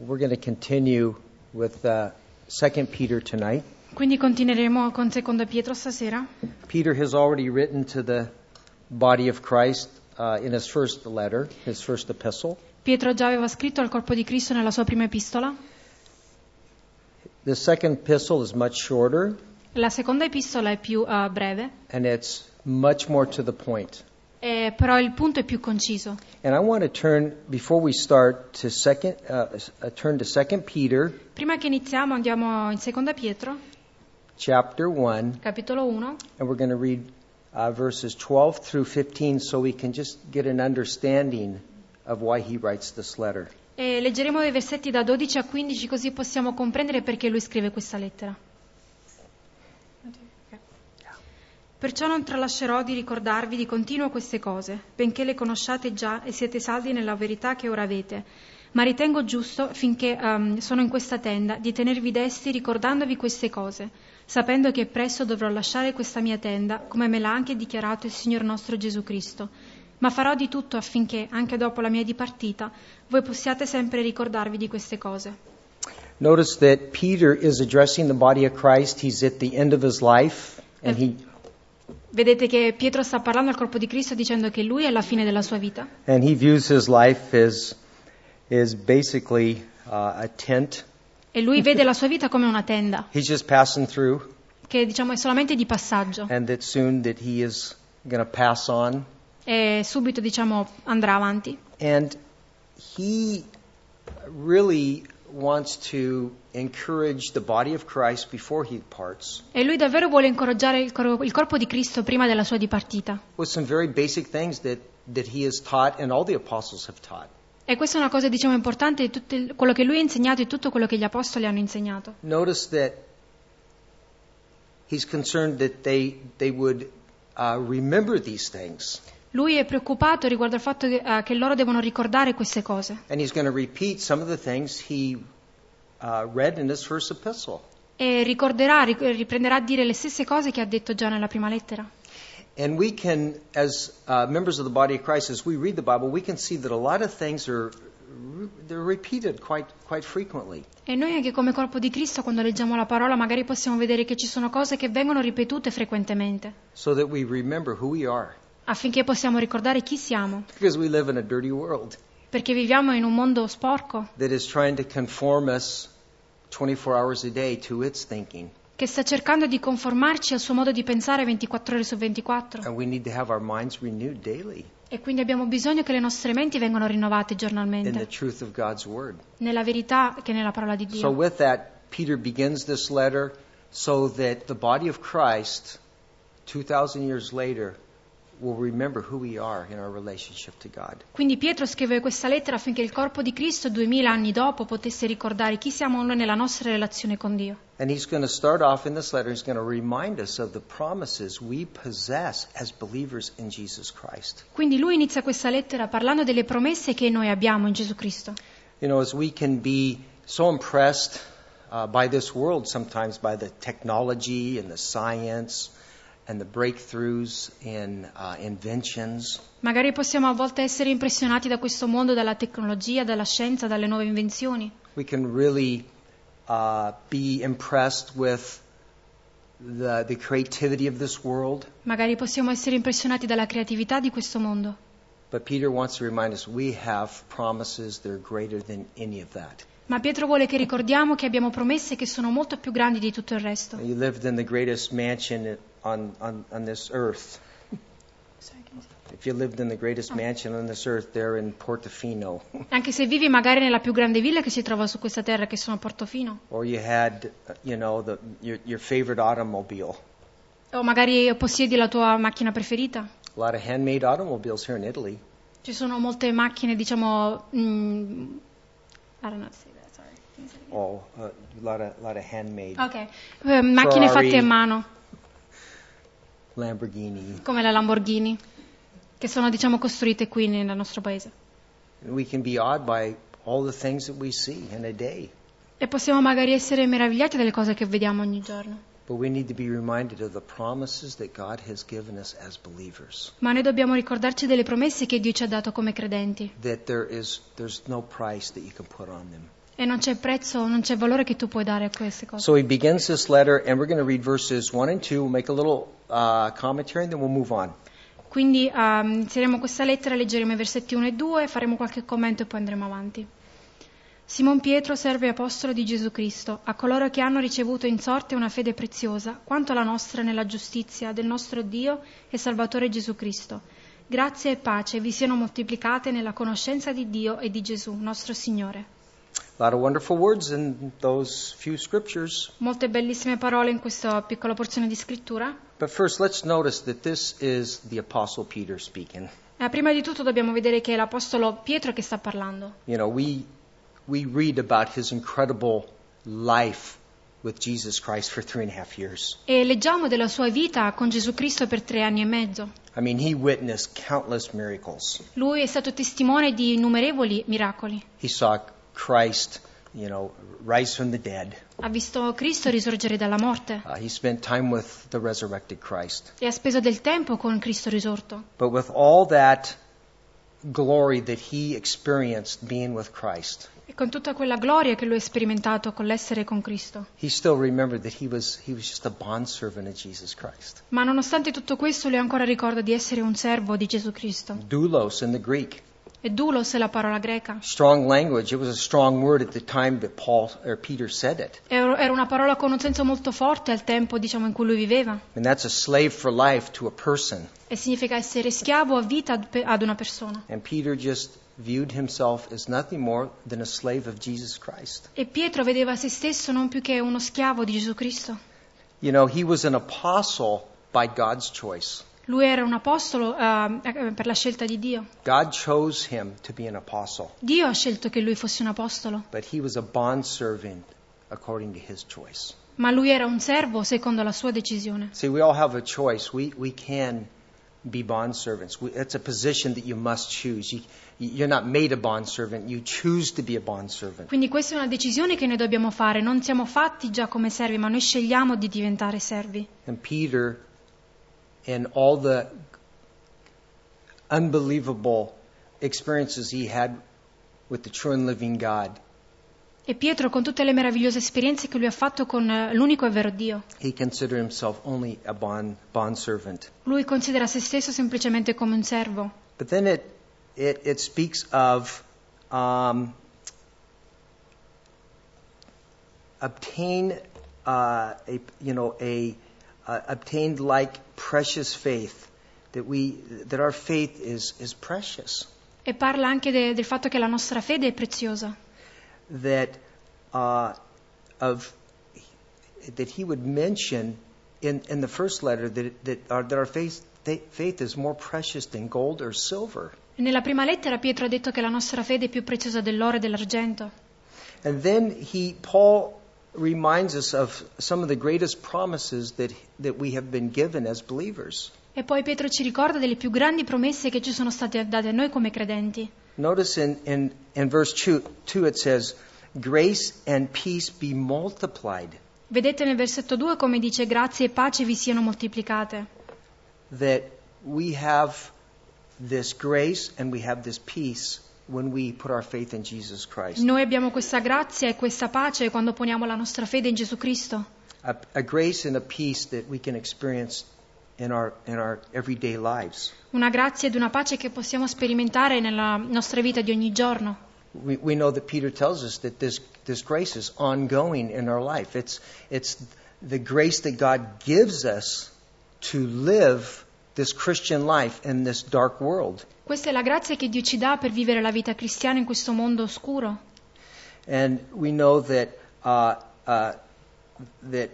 we're going to continue with uh, 2 Peter tonight. Quindi continueremo con Secondo Pietro stasera. Peter has already written to the body of Christ uh, in his first letter, his first epistle. Pietro già aveva scritto al corpo di Cristo nella sua prima epistola. The second epistle is much shorter La seconda epistola è più eh, breve, and it's much more to the point. eh, però il punto è più conciso. And I want to turn before we start to second uh, s- uh, turn to Second Peter Prima che iniziamo andiamo in Seconda Pietro, chapter one, capitolo 1, and we're going to read uh, verses 12 through 15, so we can just get an understanding of why he writes this letter. e leggeremo i versetti da 12 a 15 così possiamo comprendere perché lui scrive questa lettera. Perciò non tralascerò di ricordarvi di continuo queste cose, benché le conosciate già e siete saldi nella verità che ora avete. Ma ritengo giusto, finché ehm, sono in questa tenda, di tenervi desti ricordandovi queste cose, sapendo che presto dovrò lasciare questa mia tenda, come me l'ha anche dichiarato il Signor nostro Gesù Cristo. Ma farò di tutto affinché, anche dopo la mia dipartita, voi possiate sempre ricordarvi di queste cose. Notice that Peter is addressing the body of Christ. He's at the end of his life, and he Vedete che Pietro sta parlando al corpo di Cristo dicendo che lui è alla fine della sua vita. and he views his life as is basically uh, a tent. E lui vede la sua vita come una tenda, He's just passing through, che diciamo è solamente di passaggio, and that soon that he is going to pass on. e subito diciamo andrà avanti. And he really wants to encourage the body of Christ before he parts E lui davvero vuole incoraggiare il, cor- il corpo di Cristo prima della sua dipartita. with some very basic things that, that he has taught and all the apostles have taught. E questa è una cosa diciamo importante di tutto il- quello che lui ha insegnato e tutto quello che gli apostoli hanno insegnato. Notice that he's concerned that they, they would uh, remember these things. Lui è preoccupato riguardo al fatto che, eh, che loro devono ricordare queste cose. And he's going to repeat some of the things he uh, read in his first epistle. E ricorderà, ri- riprenderà a dire le stesse cose che ha detto già nella prima lettera. And we can, as uh, members of the body of Christ, as we read the Bible, we can see that a lot of things are they're repeated quite quite frequently. E noi anche come corpo di Cristo, quando leggiamo la parola, magari possiamo vedere che ci sono cose che vengono ripetute frequentemente. So that we remember who we are, affinché possiamo ricordare chi siamo, because we live in a dirty world perché viviamo in un mondo sporco that is trying to conform us 24 hours a day to its thinking, che sta cercando di conformarci al suo modo di pensare 24 ore su 24 and we need to have our minds renewed daily e quindi abbiamo bisogno che le nostre menti vengano rinnovate in the giornalmente truth of God's word. nella verità che nella parola di So Dio. with that, Peter begins this letter so that the body of Christ, 2,000 years later, will remember who we are in our relationship to God. Quindi Pietro scrive questa lettera affinché il corpo di Cristo duemila anni dopo potesse ricordare chi siamo noi nella nostra relazione con Dio. And he's going to start off in this letter, he's going to remind us of the promises we possess as believers in Jesus Christ. Quindi lui inizia questa lettera parlando delle promesse che noi abbiamo in Gesù Cristo. You know, as we can be so impressed uh, by this world sometimes, by the technology and the science and the breakthroughs and uh, inventions. Magari possiamo a volte essere impressionati da questo mondo, dalla tecnologia, dalla scienza, dalle nuove invenzioni. we can really uh, be impressed with the, the creativity of this world. Magari possiamo essere impressionati dalla creatività di questo mondo. But Peter wants to remind us we have promises that are greater than any of that. Ma Pietro vuole che ricordiamo che abbiamo promesse che sono molto più grandi di tutto il resto. You lived in the greatest mansion on, on, on this earth. If you lived in the greatest mansion on this earth, there in Portofino, Anche se vivi magari nella più grande villa che si trova su questa terra, che sono Portofino, or you had, uh, you know, the, your, your favorite automobile. o magari possiedi la tua macchina preferita. A lot of handmade automobiles here in Italy. Ci sono molte macchine, diciamo. mm, I don't know how to say that, sorry. Oh, uh, a lot of, lot of handmade Ok, eh, macchine fatte a mano, Lamborghini. come la Lamborghini, che sono, diciamo, costruite qui nel nostro paese. We can be awed by all the things that we see in a day, E possiamo magari essere meravigliati dalle cose che vediamo ogni giorno, but we need to be reminded of the promises that God has given us as believers. ma noi dobbiamo ricordarci delle promesse che Dio ci ha dato come credenti, That there is there's no price that you can put on them. E non c'è prezzo, non c'è valore che tu puoi dare a queste cose. So he begins this letter, and we're going to read verses 1 and 2. We'll make a little uh, commentary, and then we'll move on. Quindi ehm, inizieremo questa lettera, leggeremo i versetti 1 e 2, faremo qualche commento e poi andremo avanti. Simon Pietro serve apostolo di Gesù Cristo, a coloro che hanno ricevuto in sorte una fede preziosa, quanto la nostra nella giustizia del nostro Dio e Salvatore Gesù Cristo. Grazia e pace vi siano moltiplicate nella conoscenza di Dio e di Gesù, nostro Signore. A lot of wonderful words in those few scriptures. Molte bellissime parole in questa piccola porzione di scrittura. But first, let's notice that this is the Apostle Peter speaking. Eh, prima di tutto dobbiamo vedere che è l'apostolo Pietro che sta parlando. You know, we, we read about his incredible life with Jesus Christ for three and a half years. E leggiamo della sua vita con Gesù Cristo per tre anni e mezzo. I mean, he witnessed countless miracles. Lui è stato testimone di innumerevoli miracoli. He saw Christ, you know, rise from the dead. Ha visto Cristo risorgere dalla morte Uh, he spent time with the resurrected Christ. e ha speso del tempo con Cristo risorto. But with all that glory that he experienced being with Christ, E con tutta quella gloria che lui ha sperimentato con l'essere con Cristo. he still remembered that he was he was just a bondservant of Jesus Christ. Ma nonostante tutto questo lui ancora ricorda di essere un servo di Gesù Cristo. Doulos in the Greek, E doulos è la parola greca. strong language. It was a strong word at the time that Paul or Peter said it. Era era una parola con un senso molto forte al tempo diciamo, in cui lui viveva. And that's a slave for life to a person. E significa essere schiavo a vita ad pe- ad una persona. And Peter just viewed himself as nothing more than a slave of Jesus Christ. E Pietro vedeva se stesso non più che uno schiavo di Gesù Cristo. You know, he was an apostle by God's choice. Lui era un apostolo eh, eh, per la scelta di Dio. God chose him to be an apostle, Dio ha scelto che lui fosse un apostolo, but he was a bondservant according to his choice. ma lui era un servo secondo la sua decisione. See, we all have a choice. We, we can be bondservants. We, it's a position that you must choose. You, you're not made a bondservant. You choose to be a bondservant. Quindi questa è una decisione che noi dobbiamo fare, non siamo fatti già come servi, ma noi scegliamo di diventare servi. And Peter and all the unbelievable experiences he had with the true and living God, E Pietro, con tutte le meravigliose esperienze che lui ha fatto con eh, l'unico e vero Dio, he considered himself only a bond bondservant. lui considera se stesso semplicemente come un servo. But then it it, it speaks of um, obtain uh, a you know a uh, obtained like precious faith that we that our faith is is precious E parla anche de- del fatto che la nostra fede è preziosa, that uh, of that he would mention in, in the first letter that that our, that our faith faith is more precious than gold or silver. Nella prima lettera Pietro ha detto che la nostra fede è più preziosa dell'oro e dell'argento. And then he, Paul reminds us of some of the greatest promises that, that we have been given as believers. E poi Pietro ci ricorda delle più grandi promesse che ci sono state date a noi come credenti. Notice in, in, in verse 2, 2 it says, Grace and peace be multiplied. Vedete nel versetto 2 come dice grazie e pace vi siano moltiplicate. That we have this grace and we have this peace when we put our faith in Jesus Christ. Noi abbiamo questa grazia e questa pace quando poniamo la nostra fede in Gesù Cristo. A, a grace and a peace that we can experience in our, in our everyday lives. Una grazia ed una pace che possiamo sperimentare nella nostra vita di ogni giorno. we, we know that Peter tells us that this, this grace is ongoing in our life. It's, it's the grace that God gives us to live this Christian life in this dark world. Questa è la grazia che Dio ci dà per vivere la vita cristiana in questo mondo oscuro. And we know that, uh, uh, that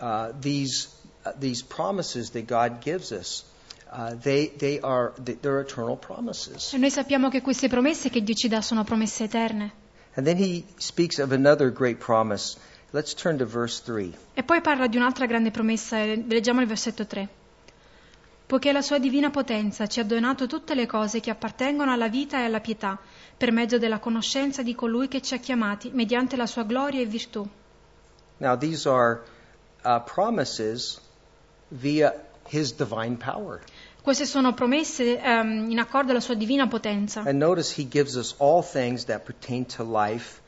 uh, these, uh, these promises that God gives us, uh, they, they are they're eternal promises. E noi sappiamo che queste promesse che Dio ci dà sono promesse eterne. And then he speaks of another great promise. Let's turn to verse 3. E poi parla di un'altra grande promessa, e leggiamo il versetto 3. Poiché la sua divina potenza ci ha donato tutte le cose che appartengono alla vita e alla pietà, per mezzo della conoscenza di colui che ci ha chiamati, mediante la sua gloria e virtù. Now, these are uh, promises via His divine power. Queste sono promesse ehm, in accordo alla sua divina potenza. And notice He gives us all things that pertain to life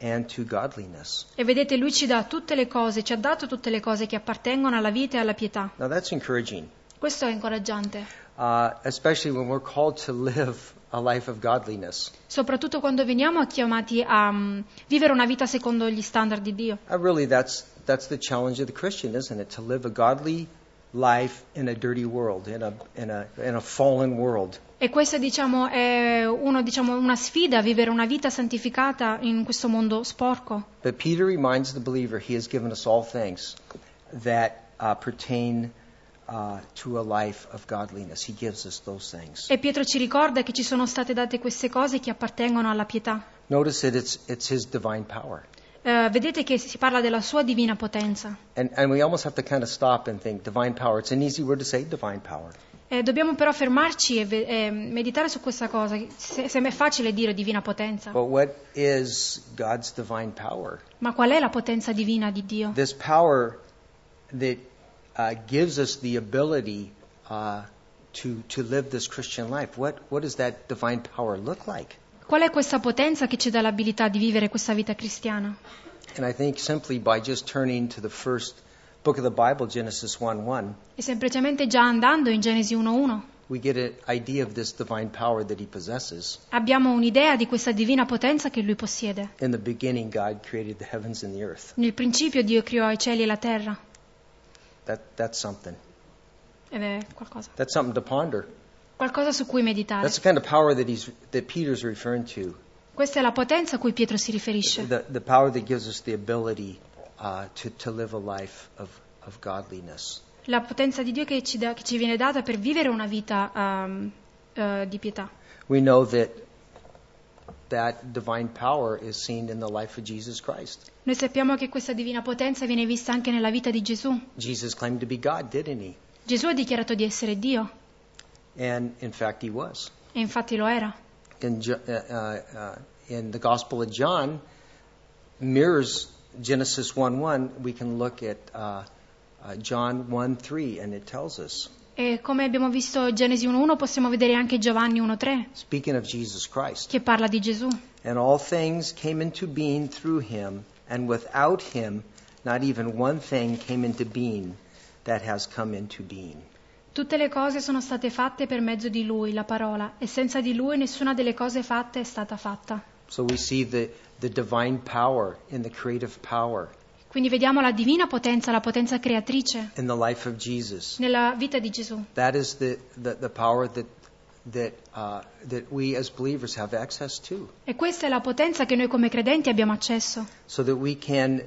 and to godliness. E vedete, lui ci dà tutte le cose, ci ha dato tutte le cose che appartengono alla vita e alla pietà. Now, that's encouraging, Questo è incoraggiante, uh, especially when we're called to live a life of godliness. soprattutto quando veniamo chiamati a mm, vivere una vita secondo gli standard di Dio. Uh, really, that's, that's the challenge of the Christian, isn't it? To live a godly life in a dirty world, in a, in a, in a fallen world. E questa diciamo, è uno, diciamo, una sfida, vivere una vita santificata in questo mondo sporco. But Peter reminds the believer he has given us all things that uh, pertain uh, to a life of godliness. He gives us those things. E Pietro ci ricorda che ci sono state date queste cose che appartengono alla pietà. Notice that it's, it's his divine power. Eh, vedete che si parla della sua divina potenza. And, and we almost have to kind of stop and think divine power. It's an easy word to say, divine power. Eh, dobbiamo però fermarci e, ve- e meditare su questa cosa. Se, se è facile dire divina potenza, But what is God's divine power? ma qual è la potenza divina di Dio? This power that uh, gives us the ability uh, to, to live this Christian life. What, what does that divine power look like? Qual è questa potenza che ci dà l'abilità di vivere questa vita cristiana? And I think simply by just turning to the first book of the Bible, Genesis 1 1, E semplicemente già andando in Genesi 1.1 we get an idea of this divine power that he possesses. abbiamo un'idea di questa divina potenza che lui possiede. In the beginning, God created the heavens and the earth. Nel principio Dio creò i cieli e la terra. That, that's something. Ed è qualcosa. That's something to ponder. Qualcosa su cui meditare. That's the kind of power that, he's, that Peter's referring to Questa è la potenza a cui Pietro si riferisce. the, the power that gives us the ability uh, to, to live a life of, of godliness. La potenza di Dio che ci, dà- che ci viene data per vivere una vita ehm, eh, di pietà. We know that that divine power is seen in the life of Jesus Christ. Noi sappiamo che questa divina potenza viene vista anche nella vita di Gesù. Jesus claimed to be God, didn't he? Gesù ha dichiarato di essere Dio, And in fact, he was. e infatti lo era. In, Jo- uh, uh, uh, in the Gospel of John, mirrors Genesis 1 1. We can look at uh, uh, John 1 3, and it tells us. E come abbiamo visto Genesi 1.1 possiamo vedere anche Giovanni 1.3 Speaking of Jesus Christ. che parla di Gesù. And all things came into being through him, and without him, not even one thing came into being that has come into being. Tutte le cose sono state fatte per mezzo di Lui, la parola, e senza di Lui nessuna delle cose fatte è stata fatta. So we see the, the divine power and the creative power Quindi vediamo la divina potenza, la potenza creatrice in the life of Jesus. nella vita di Gesù. That is the, the, the power that, that, uh, that we as believers have access to, E questa è la potenza che noi come credenti abbiamo accesso, so that we can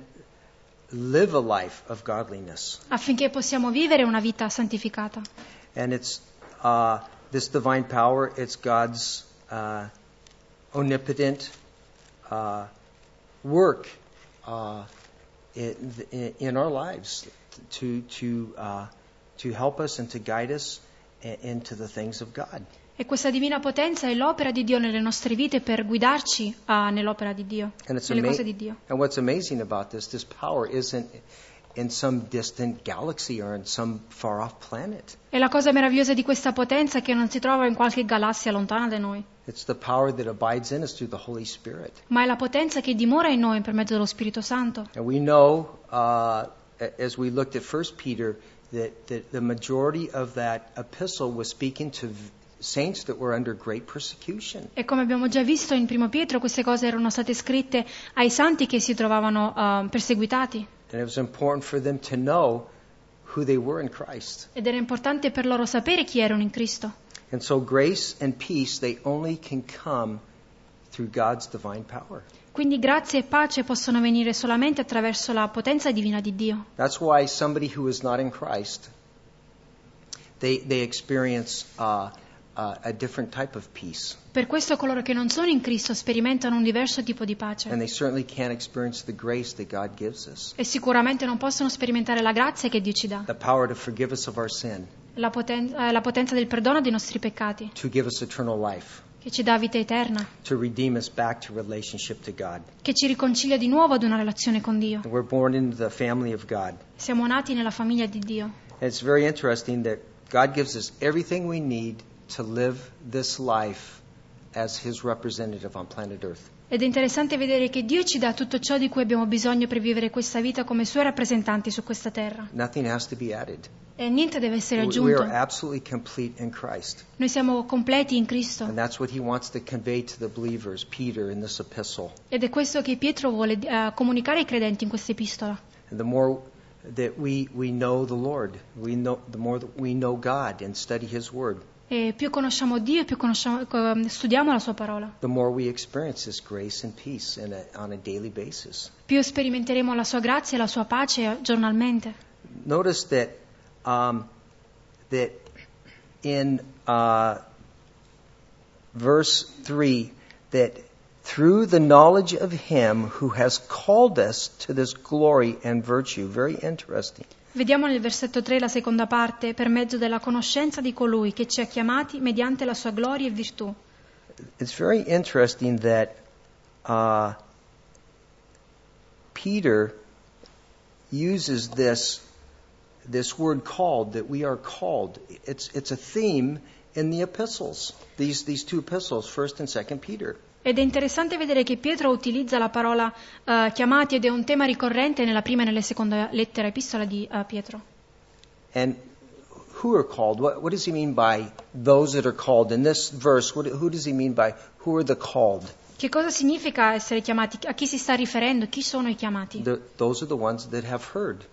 live a life of godliness. affinché possiamo vivere una vita santificata. And it's uh, this divine power, it's God's uh, omnipotent uh, work uh, in, in our lives to, to, uh, to help us and to guide us i- into the things of God. E questa divina potenza è l'opera di Dio nelle nostre vite per guidarci ah, nell'opera di Dio, And it's nelle ama- cose di Dio. And what's amazing about this, this power isn't in some distant galaxy or in some far off planet. E la cosa meravigliosa di questa potenza è che non si trova in qualche galassia lontana da noi, It's the power that abides in us through the Holy Spirit. ma è la potenza che dimora in noi per mezzo dello Spirito Santo. And we know, uh, a- as we looked at First Peter, that, that the majority of that epistle was speaking to v- saints that were under great persecution. E come abbiamo già visto in Primo Pietro, queste cose erano state scritte ai santi che si trovavano ah, perseguitati And it was important for them to know who they were in Christ. ed era importante per loro sapere chi erano in Cristo. And so grace and peace, they only can come through God's divine power. Quindi grazia e pace possono venire solamente attraverso la potenza divina di Dio. That's why somebody who is not in Christ, they, they experience uh, uh, a different type of peace. Per questo coloro che non sono in Cristo sperimentano un diverso tipo di pace And they certainly can't experience the grace that God gives us. e sicuramente non possono sperimentare la grazia che Dio ci dà, the power to forgive us of our sin, la, poten- eh, la potenza del perdono dei nostri peccati, to give us eternal life, che ci dà vita eterna, to redeem us back to relationship to God. che ci riconcilia di nuovo ad una relazione con Dio. And we're born into the family of God. Siamo nati nella famiglia di Dio And it's very interesting that God gives us everything we need to live this life as His representative on planet Earth. Ed è interessante vedere che Dio ci dà tutto ciò di cui abbiamo bisogno per vivere questa vita come suoi rappresentanti su questa terra. Nothing has to be added. E niente deve essere We- We aggiunto. are absolutely complete in Christ. Noi siamo completi in Cristo. And that's what he wants to convey to the believers, Peter, in this epistle. Ed è questo che Pietro vuole eh, comunicare ai credenti in questa epistola. And the more that we, we know the Lord, we know, the more that we know God and study his word, E più conosciamo Dio, più conosciamo- co- um, studiamo la sua parola, the more we experience his grace and peace in a, on a daily basis. più sperimenteremo la sua grazia e la sua pace giornalmente. Notice that, um, that in uh, verse 3, that through the knowledge of him who has called us to this glory and virtue. Very interesting. Vediamo nel versetto 3 la seconda parte, per mezzo della conoscenza di colui che ci ha chiamati mediante la sua gloria e virtù. it's very interesting that uh, Peter uses this this word called that we are called. It's it's a theme in the epistles. These these two epistles, first and second Peter. Ed è interessante vedere che Pietro utilizza la parola eh, chiamati ed è un tema ricorrente nella prima e nella seconda lettera epistola di eh, Pietro. And who are called? What what does he mean by those that are called? In this verse, what, who does he mean by who are the called? Che cosa significa essere chiamati? A chi si sta riferendo? Chi sono i chiamati? The, those are the ones that have heard.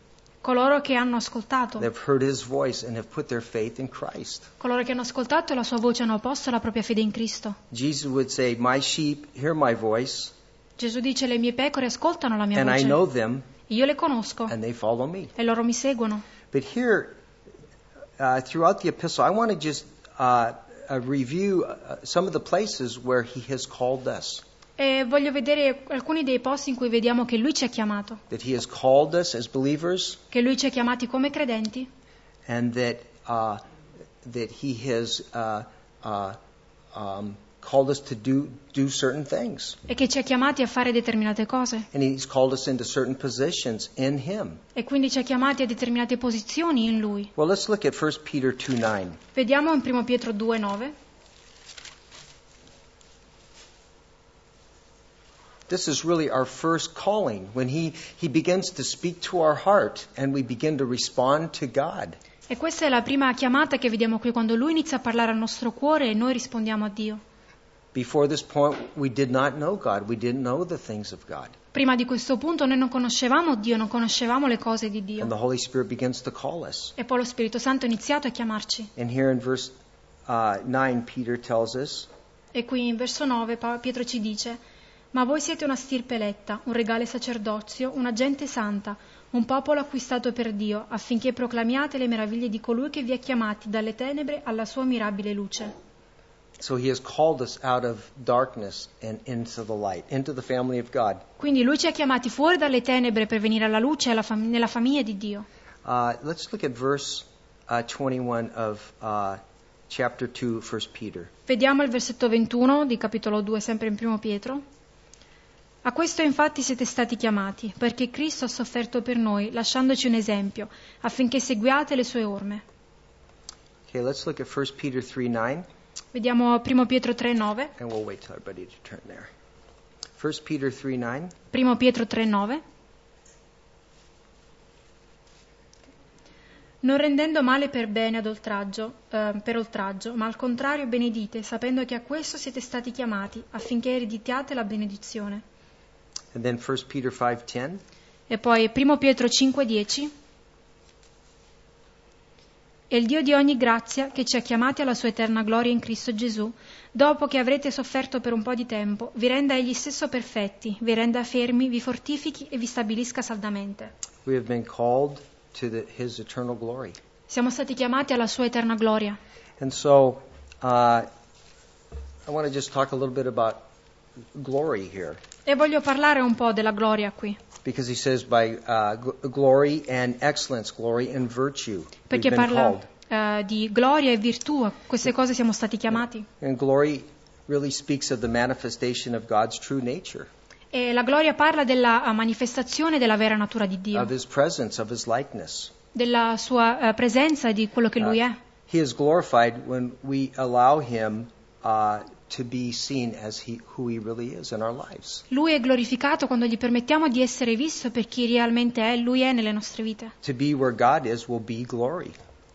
Coloro che hanno ascoltato. They've heard his voice and have put their faith in Christ. Coloro che hanno ascoltato la sua voce hanno posto la propria fede in Cristo. Jesus would say, My sheep hear my voice, Gesù dice le mie pecore ascoltano la mia and I voce. know them, Io le conosco and they follow me. e loro mi seguono. But here, uh, throughout the epistle, I want to just uh, uh, review uh, some of the places where he has called us. E voglio vedere alcuni dei posti in cui vediamo che Lui ci ha chiamato, That he has called us as believers, che Lui ci ha chiamati come credenti and that uh, that he has uh, uh, um, called us to do do certain things, e che ci ha chiamati a fare determinate cose and he's called us into certain positions in him. e quindi ci ha chiamati a determinate posizioni in Lui. Well, let's look at 1 Peter two nine. Vediamo in 1 Pietro 2,9. This is really our first calling when he, he begins to speak to our heart and we begin to respond to God. E questa è la prima chiamata che vediamo qui quando Lui inizia a parlare al nostro cuore e noi rispondiamo a Dio. Before this point, we did not know God. We didn't know the things of God. Prima di questo punto noi non conoscevamo Dio, non conoscevamo le cose di Dio. And the Holy Spirit begins to call us. E poi lo Spirito Santo ha iniziato a chiamarci. And here in verse uh, 9, Peter tells us E qui in verso 9 Pa- Pietro ci dice, Ma voi siete una stirpe eletta, un regale sacerdozio, una gente santa, un popolo acquistato per Dio, affinché proclamiate le meraviglie di colui che vi ha chiamati dalle tenebre alla sua mirabile luce. So he has called us out of darkness and into the light, into the family of God. Quindi lui ci ha chiamati fuori dalle tenebre per venire alla luce alla fam- nella famiglia di Dio. Uh, let's look at verse uh, 21 of uh, chapter 2, 1 Peter. Vediamo il versetto 21 di capitolo 2, sempre in primo Pietro. A questo infatti siete stati chiamati, perché Cristo ha sofferto per noi, lasciandoci un esempio, affinché seguiate le sue orme. Okay, let's look at 1 Peter 3 9. Vediamo 1 Pietro 3:9, And we'll wait till everybody to turn there. 1 Peter 3 9. 1 Pietro 3:9. Non rendendo male per bene ad oltraggio, eh, per oltraggio, ma al contrario benedite, sapendo che a questo siete stati chiamati, affinché ereditiate la benedizione. And then 1 Peter five ten. E poi 1 Pietro 5,10 E il Dio di ogni grazia, che ci ha chiamati alla sua eterna gloria in Cristo Gesù, dopo che avrete sofferto per un po' di tempo, vi renda egli stesso perfetti, vi renda fermi, vi fortifichi e vi stabilisca saldamente. We have been called to the, his eternal glory. Siamo stati chiamati alla sua eterna gloria. And so uh, I want to just talk a little bit about glory here. E voglio parlare un po' della gloria qui, Because he says by uh, gl- glory and excellence, glory and virtue. We've perché been parla called. eh, di gloria e virtù, a queste cose siamo stati chiamati. And glory really speaks of the manifestation of God's true nature, E la gloria parla della eh, manifestazione della vera natura di Dio. of his presence, of his likeness. della sua eh, Ah. presenza e di quello che lui è. He is glorified when we allow Him uh, to be seen as he, who He really is in our lives, Lui è glorificato quando gli permettiamo di essere visto per chi realmente è, Lui è nelle nostre vite. to be where God is will be glory.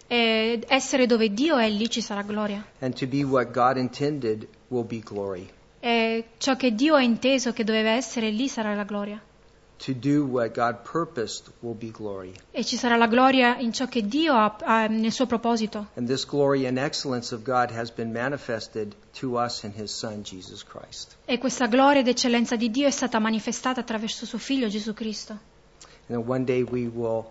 E essere dove Dio è, lì ci sarà gloria. And to be what God intended will be glory. E ciò che Dio ha inteso che doveva essere, lì sarà la gloria. To do what God purposed will be glory. E ci sarà la gloria in ciò che Dio ha, ha nel suo proposito. And this glory and excellence of God has been manifested to us in His Son, Jesus Christ. E questa gloria ed eccellenza di Dio è stata manifestata attraverso suo figlio Gesù Cristo. And then one day we will,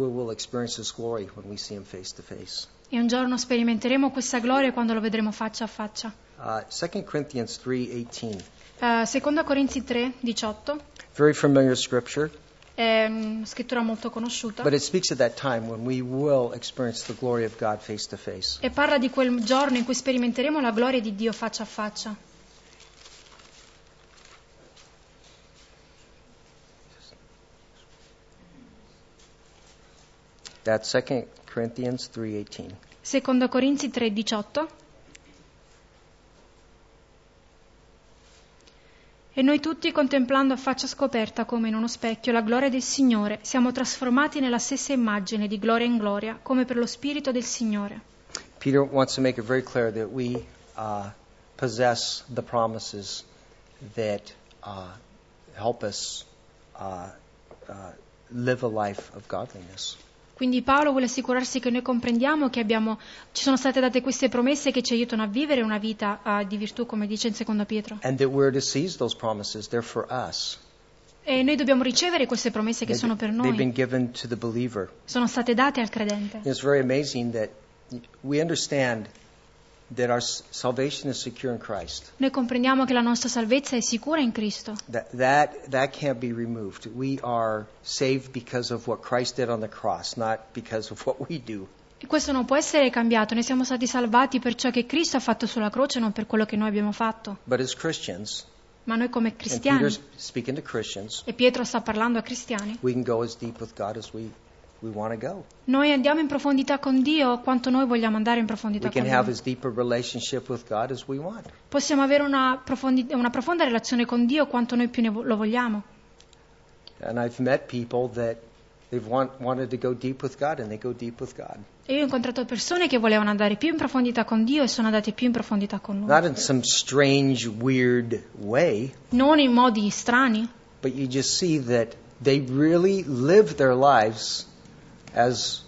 we will experience His glory when we see Him face to face. E un giorno sperimenteremo questa gloria quando lo vedremo faccia a faccia. Uh, 2 Corinthians 3.18, Eh, Seconda Corinzi 3, 18, very familiar scripture, è una scrittura molto conosciuta. but it speaks of that time when we will experience the glory of God face to face. E parla di quel giorno in cui sperimenteremo la gloria di Dio faccia a faccia. That's 2 Corinthians 3.18. Secondo Corinzi 3:18. E noi tutti, contemplando a faccia scoperta come in uno specchio la gloria del Signore, siamo trasformati nella stessa immagine di gloria in gloria, come per lo Spirito del Signore. Peter wants to make it very clear that we uh, possess the promises that uh, help us uh, uh, live a life of godliness. Quindi Paolo vuole assicurarsi che noi comprendiamo che abbiamo, ci sono state date queste promesse che ci aiutano a vivere una vita eh, di virtù, come dice in 2 Pietro. And that we're to seize those promises. They're for us. E noi dobbiamo ricevere queste promesse che sono per They've noi, been given to the believer. sono state date al credente. It's very amazing that we understand that our s- salvation is secure in Christ. Noi comprendiamo che la nostra salvezza è sicura in Cristo That, that, that can't be removed. We are saved because of what Christ did on the cross, not because of what we do. e questo non può essere cambiato, noi siamo stati salvati per ciò che Cristo ha fatto sulla croce, non per quello che noi abbiamo fatto, But as Christians, ma noi come and cristiani, Peter's speaking to Christians, e Pietro sta parlando a cristiani, we can go as deep with God as we, we want to go. noi andiamo in profondità con Dio quanto noi vogliamo andare in We profondità con can have Dio. as deep a relationship with God as we want. Possiamo avere una, profondi- una profonda relazione con Dio quanto noi più ne vo- lo vogliamo. And I've met people that they've want, wanted to go deep with God and they go deep with God. E io ho incontrato persone che volevano andare più in profondità con Dio e sono andate più in profondità con Lui. Not in some strange, weird way, Non in modi strani, but you just see that they really live their lives as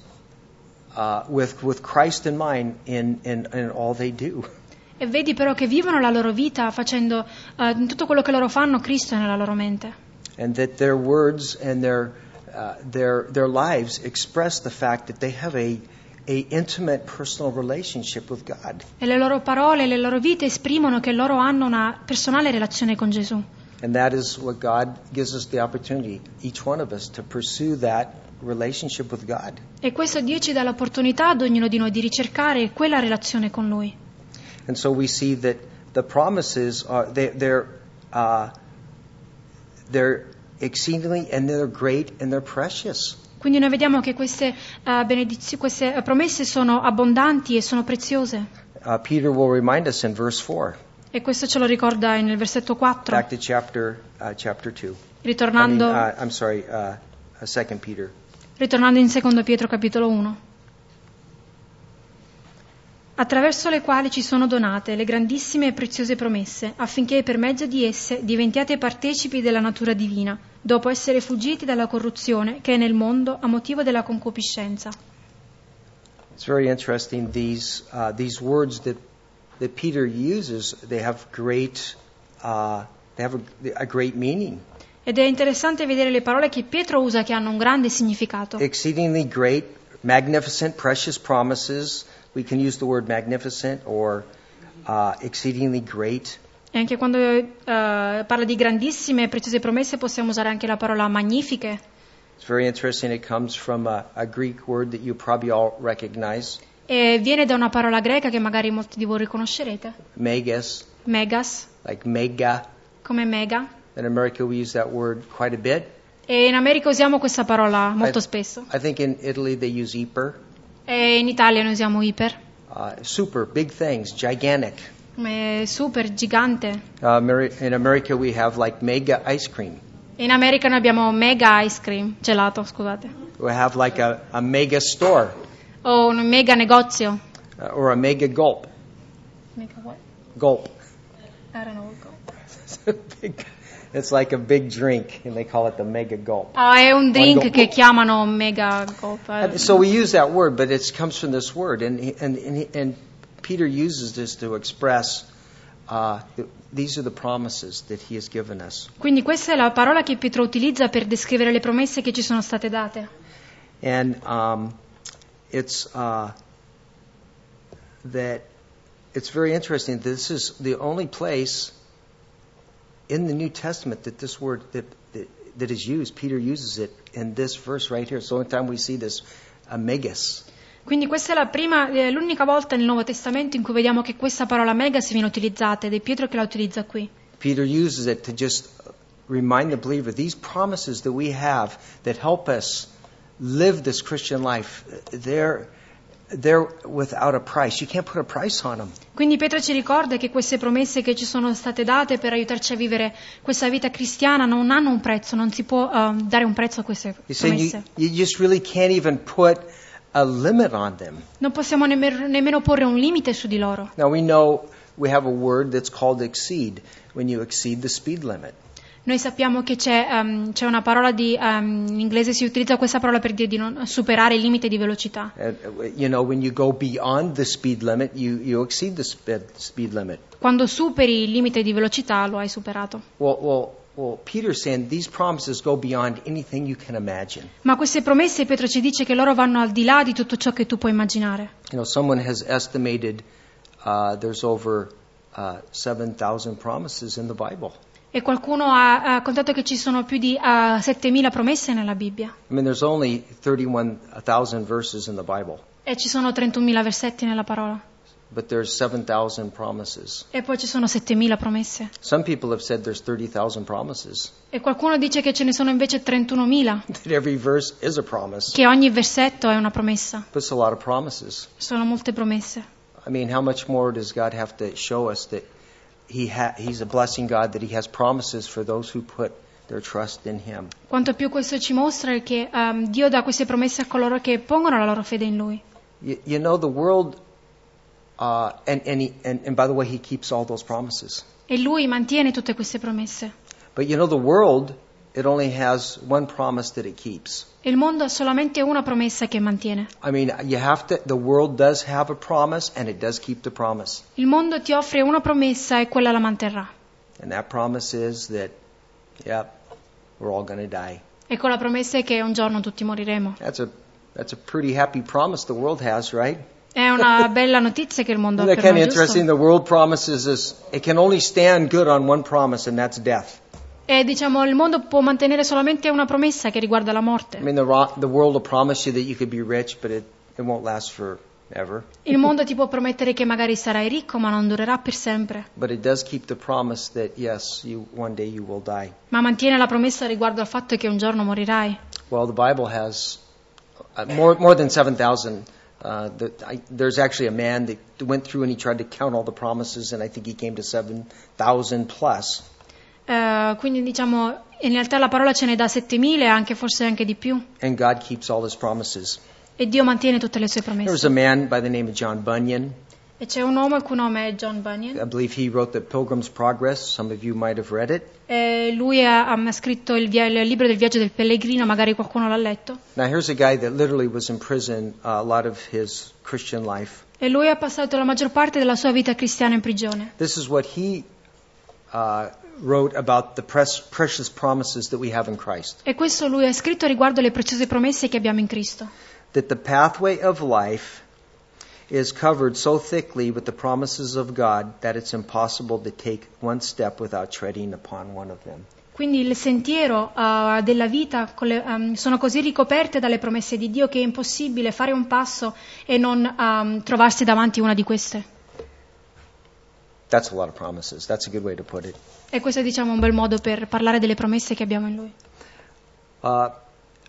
uh, with with Christ in mind in, in, in all they do. E vedi però che vivono la loro vita facendo eh, in tutto quello che loro fanno, Cristo è nella loro mente. and that their words and their uh, their their lives express the fact that they have a a intimate personal relationship with God, E le loro parole, le loro vite esprimono che loro hanno una personale relazione con Gesù. and that is what God gives us the opportunity, each one of us, to pursue that relationship with God. E questo Dio ci dà l'opportunità ad ognuno di noi di ricercare quella relazione con Lui. And so we see that the promises are they, they're uh, they're exceedingly and they're great and they're precious. Quindi noi vediamo che queste, eh, benediz- queste eh, promesse sono abbondanti e sono preziose. Uh, Peter will remind us in verse four, E questo ce lo ricorda nel versetto 4, back to chapter uh, chapter two. I mean, ritornando, uh, I'm sorry, uh, uh, Second Peter. Ritornando in 2 Pietro capitolo 1. Attraverso le quali ci sono donate le grandissime e preziose promesse, affinché per mezzo di esse diventiate partecipi della natura divina, dopo essere fuggiti dalla corruzione che è nel mondo a motivo della concupiscenza. It's very interesting. These uh, these words that that Peter uses, they have great uh, they have a, a great meaning, Ed è interessante vedere le parole che Pietro usa che hanno un grande significato. exceedingly great, magnificent, precious promises. We can use the word magnificent or uh, exceedingly great. E anche quando eh, parla di grandissime e preziose promesse possiamo usare anche la parola magnifiche, It's very interesting. It comes from a, a Greek word that you probably all recognize, E viene da una parola greca che magari molti di voi riconoscerete, megas, megas, like mega. come mega. In America, we use that word quite a bit. E in America usiamo questa parola molto Eh. spesso. I think in Italy they use eper. E in Italia noi usiamo iper. uh, super, big things, gigantic. È super gigante. Uh, Ameri- in America, we have like mega ice cream. In America noi abbiamo mega ice cream, gelato, scusate. We have like a, a mega store O un mega negozio. uh, or a mega gulp. Gulp. It's a big- it's like a big drink, and they call it the mega gulp. Ah, è un drink Quando- che chiamano mega gulp. And Uh, so we use that word, but it comes from this word, and and and, and Peter uses this to express uh, th- these are the promises that he has given us. Quindi questa è la parola che Pietro utilizza per descrivere le promesse che ci sono state date. And um, it's uh, that it's very interesting. This is the only place in the New Testament that this word that that, that is used. Peter uses it in this verse right here. It's the only time we see this amegas. Quindi questa è la prima, eh, l'unica volta nel Nuovo Testamento in cui vediamo che questa parola mega si viene utilizzata ed è Pietro che la utilizza qui. Peter uses it to just remind the believer these promises that we have that help us live this Christian life. They're they're without a price. You can't put a price on them. Quindi Pietro ci ricorda che queste promesse che ci sono state date per aiutarci a vivere questa vita cristiana non hanno un prezzo, non si può eh, dare un prezzo a queste He's saying you, promesse. you just really can't even put a limit on them. Non possiamo nemmeno- nemmeno porre un limite su di loro. Now we know we have a word that's called exceed when you exceed the speed limit. Noi sappiamo che c'è, ehm, c'è una parola di, ehm, in inglese si utilizza questa parola per dire di non superare il limite di velocità. And, uh, you know, when you go beyond the speed limit, you, you exceed the spe- speed limit. Quando superi il limite di velocità lo hai superato. Well, well, well, Peter's saying these promises go beyond anything you can imagine. Ma queste promesse Pietro ci dice che loro vanno al di là di tutto ciò che tu puoi immaginare. You know, someone has estimated uh, there's over uh, 7,000 promises in the Bible. E qualcuno ha, ha contato che ci sono più di ah, 7000 promesse nella Bibbia I mean, there's only 31,000 verses in the Bible, e ci sono 31.000 versetti nella parola but there's 7,000 promises. e poi ci sono 7000 promesse Some people have said there's 30,000 promises, e qualcuno dice che ce ne sono invece 31.000, that every verse is a promise. che ogni versetto è una promessa. But it's a lot of promises. Sono molte promesse. I mean, how much more does God have to show us that he ha- He's a blessing God, that He has promises for those who put their trust in Him? Quanto più questo ci mostra è che ehm, Dio dà queste promesse a coloro che pongono la loro fede in Lui. You, you know, the world, uh, and, and, he, and, and by the way, He keeps all those promises. E Lui mantiene tutte queste promesse. But you know, the world, it only has one promise that it keeps. E il mondo ha solamente una promessa che mantiene. I mean, you have to, the world does have a promise, and it does keep the promise. Il mondo ti offre una promessa e quella la manterrà. And that promise is that, yep, we're all going to die. E con la promessa è che un giorno tutti moriremo. That's a that's a pretty happy promise the world has, right? È una bella notizia che il mondo ha Isn't that per kind of noi, interesting? giusto? The world promises us it can only stand good on one promise, and that's death. E diciamo, il mondo può mantenere solamente una promessa che riguarda la I morte. mean, the ro- the world will promise you that you could be rich, but it it won't last forever. Il mondo ti può promettere che magari sarai ricco, ma non durerà per sempre. But it does keep the promise that yes, you one day you will die. Ma mantiene la promessa riguardo al fatto che un giorno morirai. Well, the Bible has uh, more more than seven thousand. Uh, the, I, there's actually a man that went through and he tried to count all the promises, and I think he came to seven thousand plus. Eh, quindi diciamo, in realtà la parola ce ne dà 7000, anche forse anche di più. And God keeps all His promises. E Dio mantiene tutte le sue There promesse. was a man by the name of John Bunyan. E c'è un uomo il cui nome è John Bunyan. I believe he wrote The Pilgrim's Progress. Some of you might have read it. E lui ha, ha scritto il, via- il libro del viaggio del pellegrino, magari qualcuno l'ha letto. Now, here's a guy that literally was in prison uh, a lot of his Christian life. E lui ha passato la maggior parte della sua vita cristiana in prigione. This is what he uh, wrote about the pres- precious promises that we have in Christ. E questo lui ha scritto riguardo le preziose promesse che abbiamo in Cristo. That the pathway of life is covered so thickly with the promises of God that it's impossible to take one step without treading upon one of them. Quindi il sentiero eh, della vita con le- ehm, sono così ricoperte dalle promesse di Dio che è impossibile fare un passo e non ehm, trovarsi davanti una di queste. That's a lot of promises. That's a good way to put it. E questo è diciamo un bel modo per parlare delle promesse che abbiamo in Lui. Uh,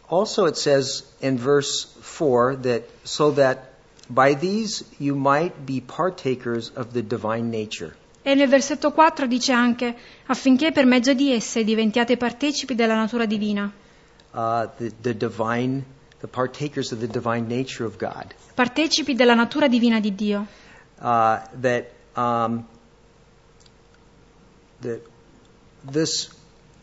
also, it says in verse 4 that so that By these you might be partakers of the divine nature. E nel versetto 4 dice anche affinché per mezzo di esse diventiate partecipi della natura divina, Uh, the, the divine, the partakers of the divine nature of God. partecipi della natura divina di Dio, Uh, that um, that this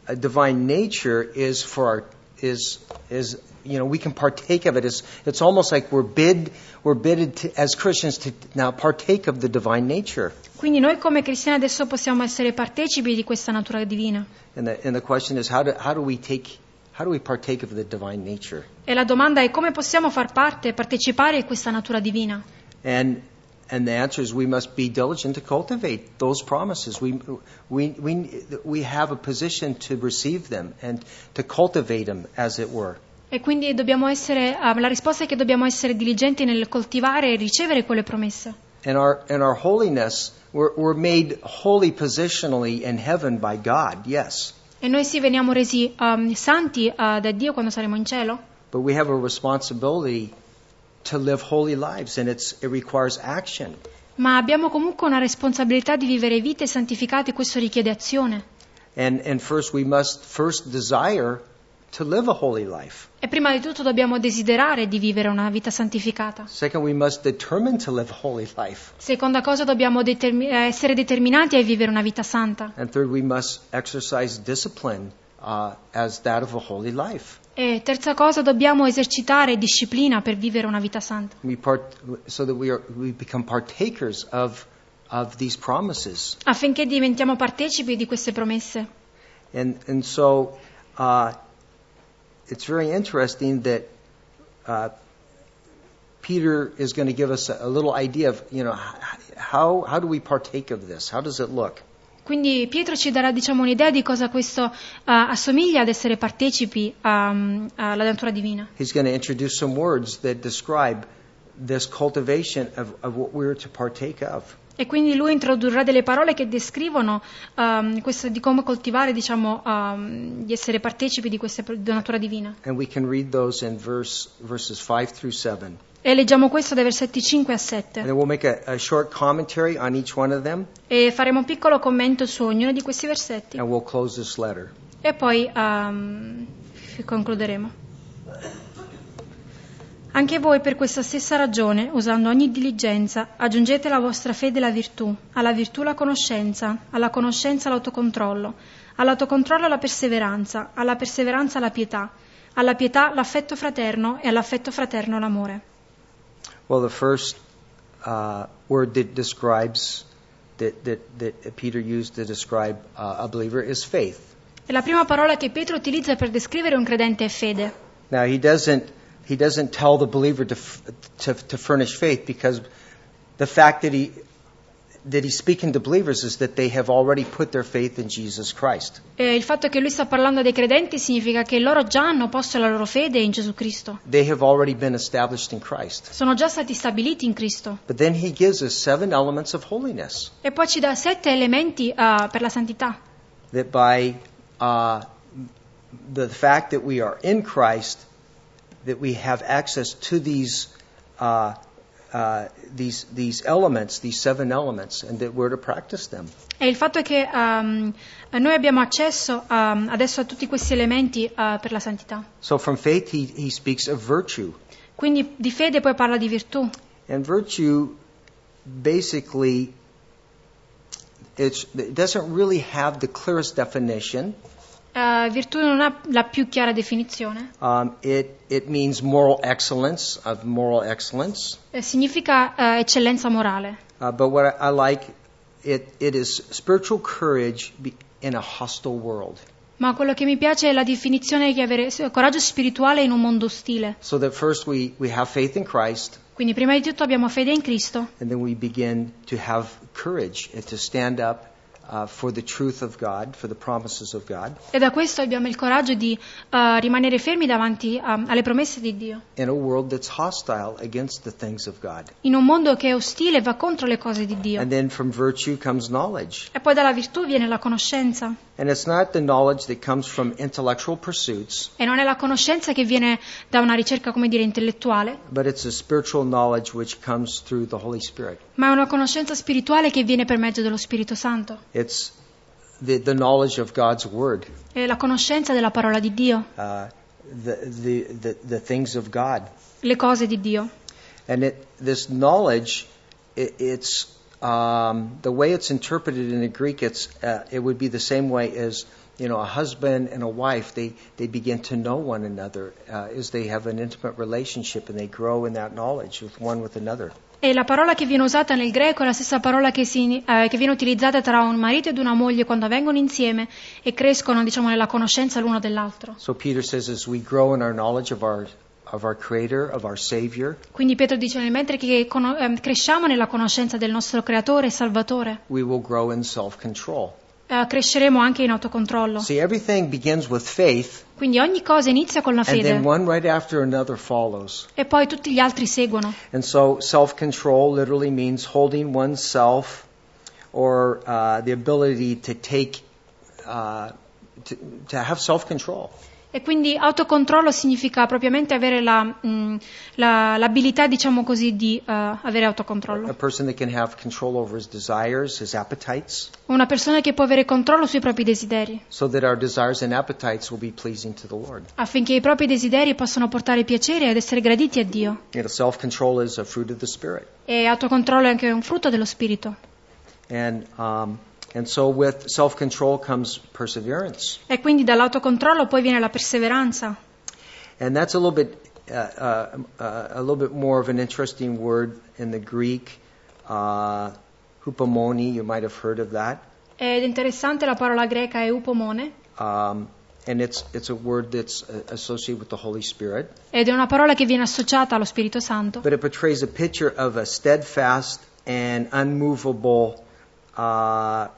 uh, divine nature is for our is is you know we can partake of it. It's it's almost like we're bid we're bidded to, as Christians to now partake of the divine nature. Quindi noi come cristiani adesso possiamo essere partecipi di questa natura divina. And the and the question is how do how do we take how do we partake of the divine nature? E la domanda è come possiamo far parte, partecipare a questa natura divina? And and the answer is we must be diligent to cultivate those promises. We we we we have a position to receive them and to cultivate them, as it were. E quindi dobbiamo essere, ah, la risposta è che dobbiamo essere diligenti nel coltivare e ricevere quelle promesse. And our and our holiness, we're, we're made holy positionally in heaven by God, yes. E noi sì veniamo resi ehm, santi eh, da Dio quando saremo in cielo, But we have a responsibility to live holy lives, and it's it requires action. ma abbiamo comunque una responsabilità di vivere vite santificate e questo richiede azione. And and first we must first desire to live a holy life. E prima di tutto dobbiamo desiderare di vivere una vita santificata. Second, we must determine to live a holy life. Seconda cosa, dobbiamo determi- eh, essere determinati a vivere una vita santa. And third, we must exercise discipline uh, as that of a holy life. E terza cosa, dobbiamo esercitare disciplina per vivere una vita santa, We part, so that we, are, we become partakers of, of these promises. affinché diventiamo partecipi di queste promesse. And, and so uh, it's very interesting that uh, Peter is going to give us a, a little idea of, you know, h- how, how do we partake of this? How does it look? Quindi Pietro ci darà diciamo, un'idea di cosa questo eh, assomiglia ad essere partecipi ehm, alla natura divina. He's going to introduce some words that describe this cultivation of, of what we're to partake of. E quindi lui introdurrà delle parole che descrivono ehm, questo, di come coltivare, diciamo, ehm, di essere partecipi di questa pro- di natura divina. And we can read those in verse, verses 5 through 7. E leggiamo questo dai versetti 5 a And 7 then we'll make a, a short commentary on each one of them, e faremo un piccolo commento su ognuno di questi versetti and we'll close this letter. e poi ehm, f- concluderemo. Anche voi per questa stessa ragione, usando ogni diligenza, aggiungete alla vostra fede la virtù, alla virtù la conoscenza, alla conoscenza l'autocontrollo, all'autocontrollo la perseveranza, alla perseveranza la pietà, alla pietà l'affetto fraterno e all'affetto fraterno l'amore. Well, the first uh, word that describes, that, that, that Peter used to describe uh, a believer is faith. E la prima parola che Pietro utilizza per descrivere un credente è fede. Now, he doesn't, he doesn't tell the believer to, f- to, to furnish faith because the fact that he, that he's speaking to believers is that they have already put their faith in Jesus Christ. Eh, il fatto che lui sta parlando dei credenti significa che loro già hanno posto la loro fede in Gesù Cristo. They have already been established in Christ. Sono già stati stabiliti in Cristo. But then he gives us seven elements of holiness E poi ci dà sette elementi eh, per la santità. that by uh, the fact that we are in Christ, that we have access to these uh, uh, these these elements, these seven elements, and that we're to practice them. E il fatto è che ehm, noi abbiamo accesso ehm, adesso a tutti questi elementi eh, per la santità. So from faith, he he speaks of virtue, Quindi di fede poi parla di virtù. and virtue basically. It's, it doesn't really have the clearest definition. Eh, virtù non ha la più chiara definizione. Um, it, it means moral excellence, of moral excellence. Eh, significa eh, eccellenza morale. Uh, but what I, I like, it, it is spiritual courage be- in a hostile world. Ma quello che mi piace è la definizione di avere s- coraggio spirituale in un mondo ostile. So that first we, we have faith in Christ, Quindi prima di tutto abbiamo fede in Cristo and then we begin to have courage and to stand up uh, for the truth of God, for the promises of God. E da questo abbiamo il coraggio di eh, rimanere fermi davanti um, alle promesse di Dio, in a world that's hostile against the things of God. in un mondo che è ostile e va contro le cose di Dio. And then from virtue comes knowledge. E poi dalla virtù viene la conoscenza. And it's not the knowledge that comes from intellectual pursuits, E non è la conoscenza che viene da una ricerca, come dire, intellettuale, but it's a spiritual knowledge which comes through the Holy Spirit. ma è una conoscenza spirituale che viene per mezzo dello Spirito Santo. It's the, the knowledge of God's Word, È la conoscenza della parola di Dio, uh, the, the, the, the things of God. le cose di Dio. And it, this knowledge, it, it's um, the way it's interpreted in the Greek. It's uh, it would be the same way as you know a husband and a wife. They they begin to know one another uh, as they have an intimate relationship and they grow in that knowledge with one with another. E la parola che viene usata nel greco è la stessa parola che, si- eh, che viene utilizzata tra un marito ed una moglie quando vengono insieme e crescono, diciamo, nella conoscenza l'uno dell'altro. So Peter says, as we grow in our knowledge of our of our Creator, of our Savior, Quindi Pietro dice, nel mentre che cono- ehm, cresciamo nella conoscenza del nostro Creatore e Salvatore, we will grow in self-control. eh, cresceremo anche in autocontrollo. See, everything begins with faith, Quindi ogni cosa inizia con la and then fede one right after another follows. e poi tutti gli altri seguono. And so self control literally means holding oneself or uh, the ability to take, uh, to, to have self control. E quindi autocontrollo significa propriamente avere la, mh, la- l'abilità, diciamo così, di eh, avere A autocontrollo. person that can have control over his desires, his appetites, Una persona che può avere controllo sui propri desideri. so that our desires and appetites will be pleasing to the Lord. affinché i propri desideri possano portare piacere ed essere graditi a Dio. You know, self control is a fruit of the Spirit. E autocontrollo è anche un frutto dello Spirito. And, um, and so with self control comes perseverance. E quindi dall'autocontrollo poi viene la perseveranza. And that's a little bit uh, uh, uh, a little bit more of an interesting word in the Greek, uh, hupomone. You might have heard of that, Ed è interessante la parola greca è eupomone, um, and it's it's a word that's uh, associated with the Holy Spirit. ed è una parola che viene associata allo Spirito Santo, But it portrays a picture of a steadfast and unmovable uh,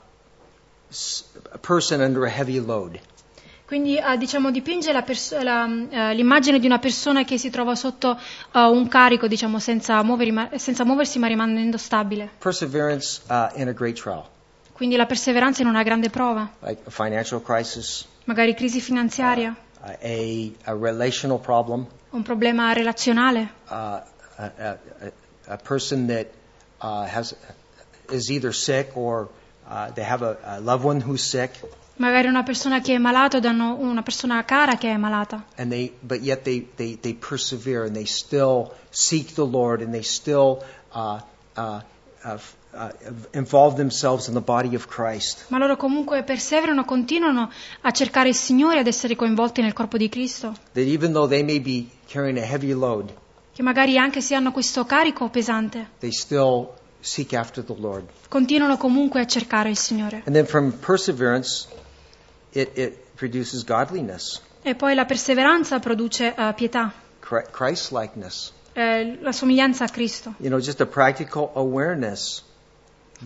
s- a person under a heavy load. quindi eh, diciamo dipinge la pers- la, mh, eh, l'immagine di una persona che si trova sotto eh, un carico, diciamo, senza, muoveri ma- senza muoversi ma rimanendo stabile. Perseverance uh, in a great trial, Quindi la perseveranza in una grande prova, like a financial crisis, magari crisi finanziaria, uh, a a relational problem. un problema relazionale, uh, a, a, a- a person that uh, has is either sick or uh, they have a, a loved one who's sick, Magari una persona che è malata, o danno una persona cara che è malata, and they but yet they, they, they persevere and they still seek the Lord and they still uh, uh, uh, f- uh, involve themselves in the body of Christ. ma loro comunque perseverano, continuano a cercare il Signore, ad essere coinvolti nel corpo di Cristo, That even though they may be carrying a heavy load, che magari anche se hanno questo carico pesante, they still seek after the Lord. continuano comunque a cercare il Signore. And then from perseverance, it, it produces godliness, E poi la perseveranza produce eh, pietà, Christ likeness. eh, la somiglianza a Cristo, you know, just a practical awareness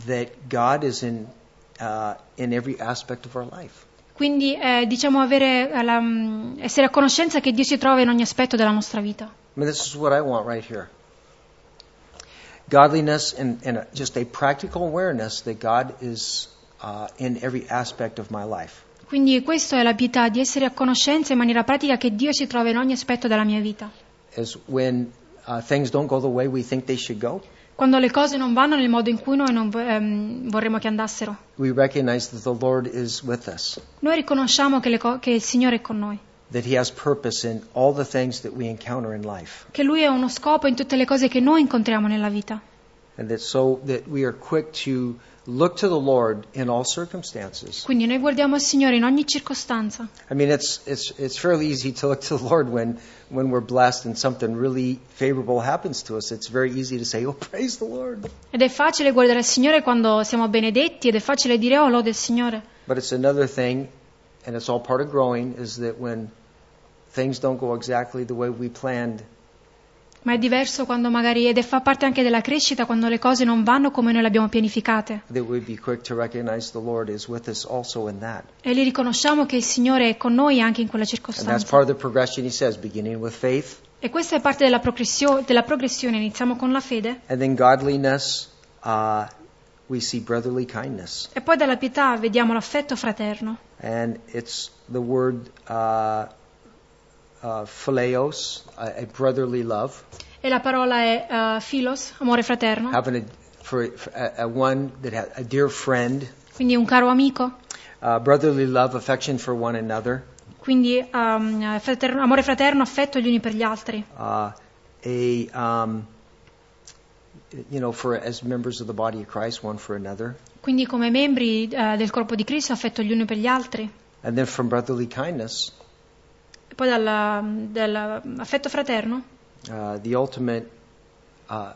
that God is in uh, in every aspect of our life. quindi eh, diciamo avere eh, la, mm, essere a conoscenza che Dio si trova in ogni aspetto della nostra vita. I mean, this is what I want right here. Godliness and, and a, just a practical awareness that God is uh, in every aspect of my life. Quindi questa è la pietà, di essere a conoscenza in maniera pratica che Dio si trova in ogni aspetto della mia vita. Is when uh, things don't go the way we think they should go, Quando le cose non vanno nel modo in cui noi non vo- ehm, vorremmo che andassero, we recognize that the Lord is with us, noi riconosciamo che, le co- che il Signore è con noi, that He has purpose in all the things that we encounter in life, che Lui ha uno scopo in tutte le cose che noi incontriamo nella vita and that so that we are quick to look to the Lord in all circumstances. Quindi noi guardiamo al Signore in ogni circostanza. I mean, it's it's it's fairly easy to look to the Lord when when we're blessed and something really favorable happens to us. It's very easy to say, "Oh, praise the Lord." Ed è facile guardare al Signore quando siamo benedetti ed è facile dire oh lode il Signore. But it's another thing, and it's all part of growing, is that when things don't go exactly the way we planned, Ma è diverso quando magari, ed è fa parte anche della crescita, quando le cose non vanno come noi le abbiamo pianificate. that we'd be quick to recognize the Lord is with us also in that. E lì riconosciamo che il Signore è con noi anche in quella And that's circostanza. part of the progression, he says, beginning with faith, E questa è parte della, progressio- della progressione. Iniziamo con la fede and then godliness, uh, we see brotherly kindness. e poi dalla pietà vediamo l'affetto fraterno. And it's the word uh, uh, phileos, a, a brotherly love, E la parola è eh, philos, amore fraterno, having a, for, for a, a one that ha, a dear friend, quindi un caro amico, uh, brotherly love, affection for one another, quindi ehm, fraterno- amore fraterno, affetto gli uni per gli altri. uh, a um, you know, for as members of the body of Christ, one for another, Quindi come membri eh, del corpo di Cristo affetto gli uni per gli altri. and then from brotherly kindness, E poi dalla- dall'affetto fraterno uh, the ultimate uh,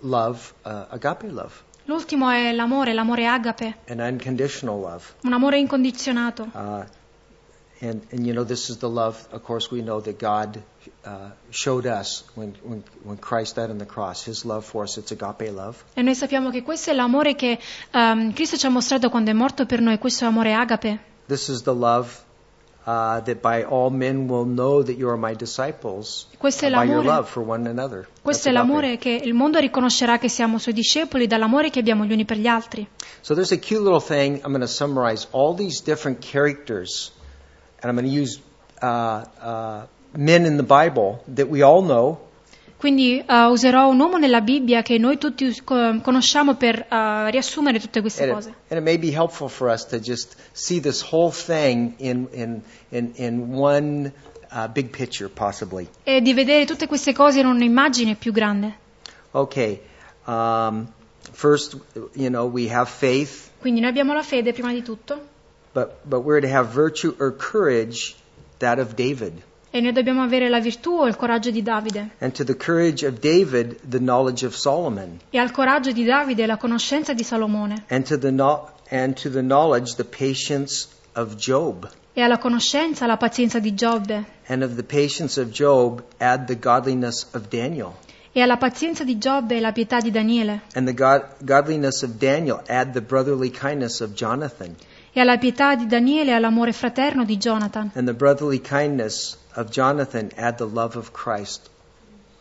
love, uh, agape love, L'ultimo è l'amore, l'amore agape, an unconditional love. un amore incondizionato. Uh, and, and you know, this is the love, of course, we know that God uh, showed us when, when, when Christ died on the cross, his love for us, it's agape love. E noi sappiamo che questo è l'amore che ehm, Cristo ci ha mostrato quando è morto per noi, questo è amore agape. This is the love uh, that by all men will know that you are my disciples Questo è by your l'amore, love for one another. That's questo è agape. l'amore che il mondo riconoscerà che siamo suoi discepoli dall'amore che abbiamo gli uni per gli altri. So there's a cute little thing. I'm going to summarize all these different characters, and I'm going to use uh, uh, men in the Bible that we all know, Quindi eh, userò un uomo nella Bibbia che noi tutti us- co- conosciamo per eh, riassumere tutte queste and it, cose. and it may be helpful for us to just see this whole thing in in in, in one uh, big picture, possibly. E di vedere tutte queste cose in un'immagine più grande. Okay. Um, first, you know, we have faith, Quindi noi abbiamo la fede prima di tutto but but we're to have virtue or courage, that of David, e noi dobbiamo avere la virtù o il coraggio di Davide. and to the courage of David, the knowledge of Solomon. e al coraggio di Davide e la conoscenza di Salomone and to the no- and to the knowledge the patience of Job e alla conoscenza la pazienza di Giobbe and of the patience of Job add the godliness of Daniel e alla pazienza di Giobbe e la pietà di Daniele and the god- godliness of Daniel add the brotherly kindness of Jonathan e alla pietà di Daniele e all'amore fraterno di Jonathan and the brotherly kindness of Jonathan add the love of Christ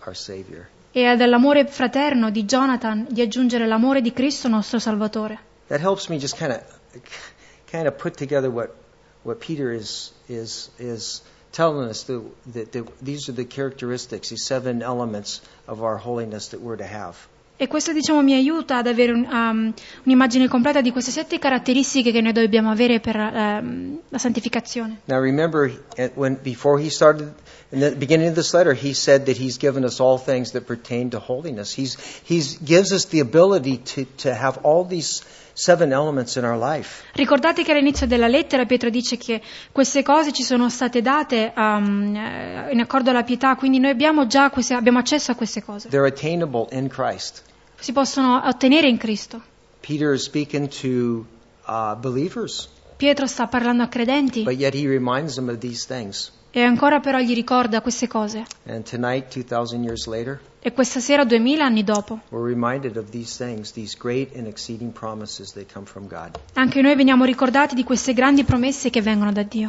our savior e all'amore fraterno di Jonathan di aggiungere l'amore di Cristo nostro Salvatore. that helps me just kind of kind of put together what what Peter is is is telling us that, that, that these are the characteristics these seven elements of our holiness that we're to have E questo diciamo mi aiuta ad avere un- um, un'immagine completa di queste sette caratteristiche che noi dobbiamo avere per ehm, la santificazione. Now remember, at- when before he started in the beginning of this letter, he said that he's given us all things that pertain to holiness. He's he's gives us the ability to to have all these seven elements in our life. Ricordate che all'inizio della lettera Pietro dice che queste cose ci sono state date um, eh, in accordo alla pietà, quindi noi abbiamo già queste- abbiamo accesso a queste cose. They're attainable in Christ. Si possono ottenere in Cristo. Peter is speaking to uh, believers, Pietro sta parlando a credenti but yet he reminds them of these things. e ancora però gli ricorda queste cose. And tonight, two thousand years later, E questa sera, duemila anni dopo, we're reminded of these things, these great and exceeding promises that come from God. anche noi veniamo ricordati di queste grandi promesse che vengono da Dio.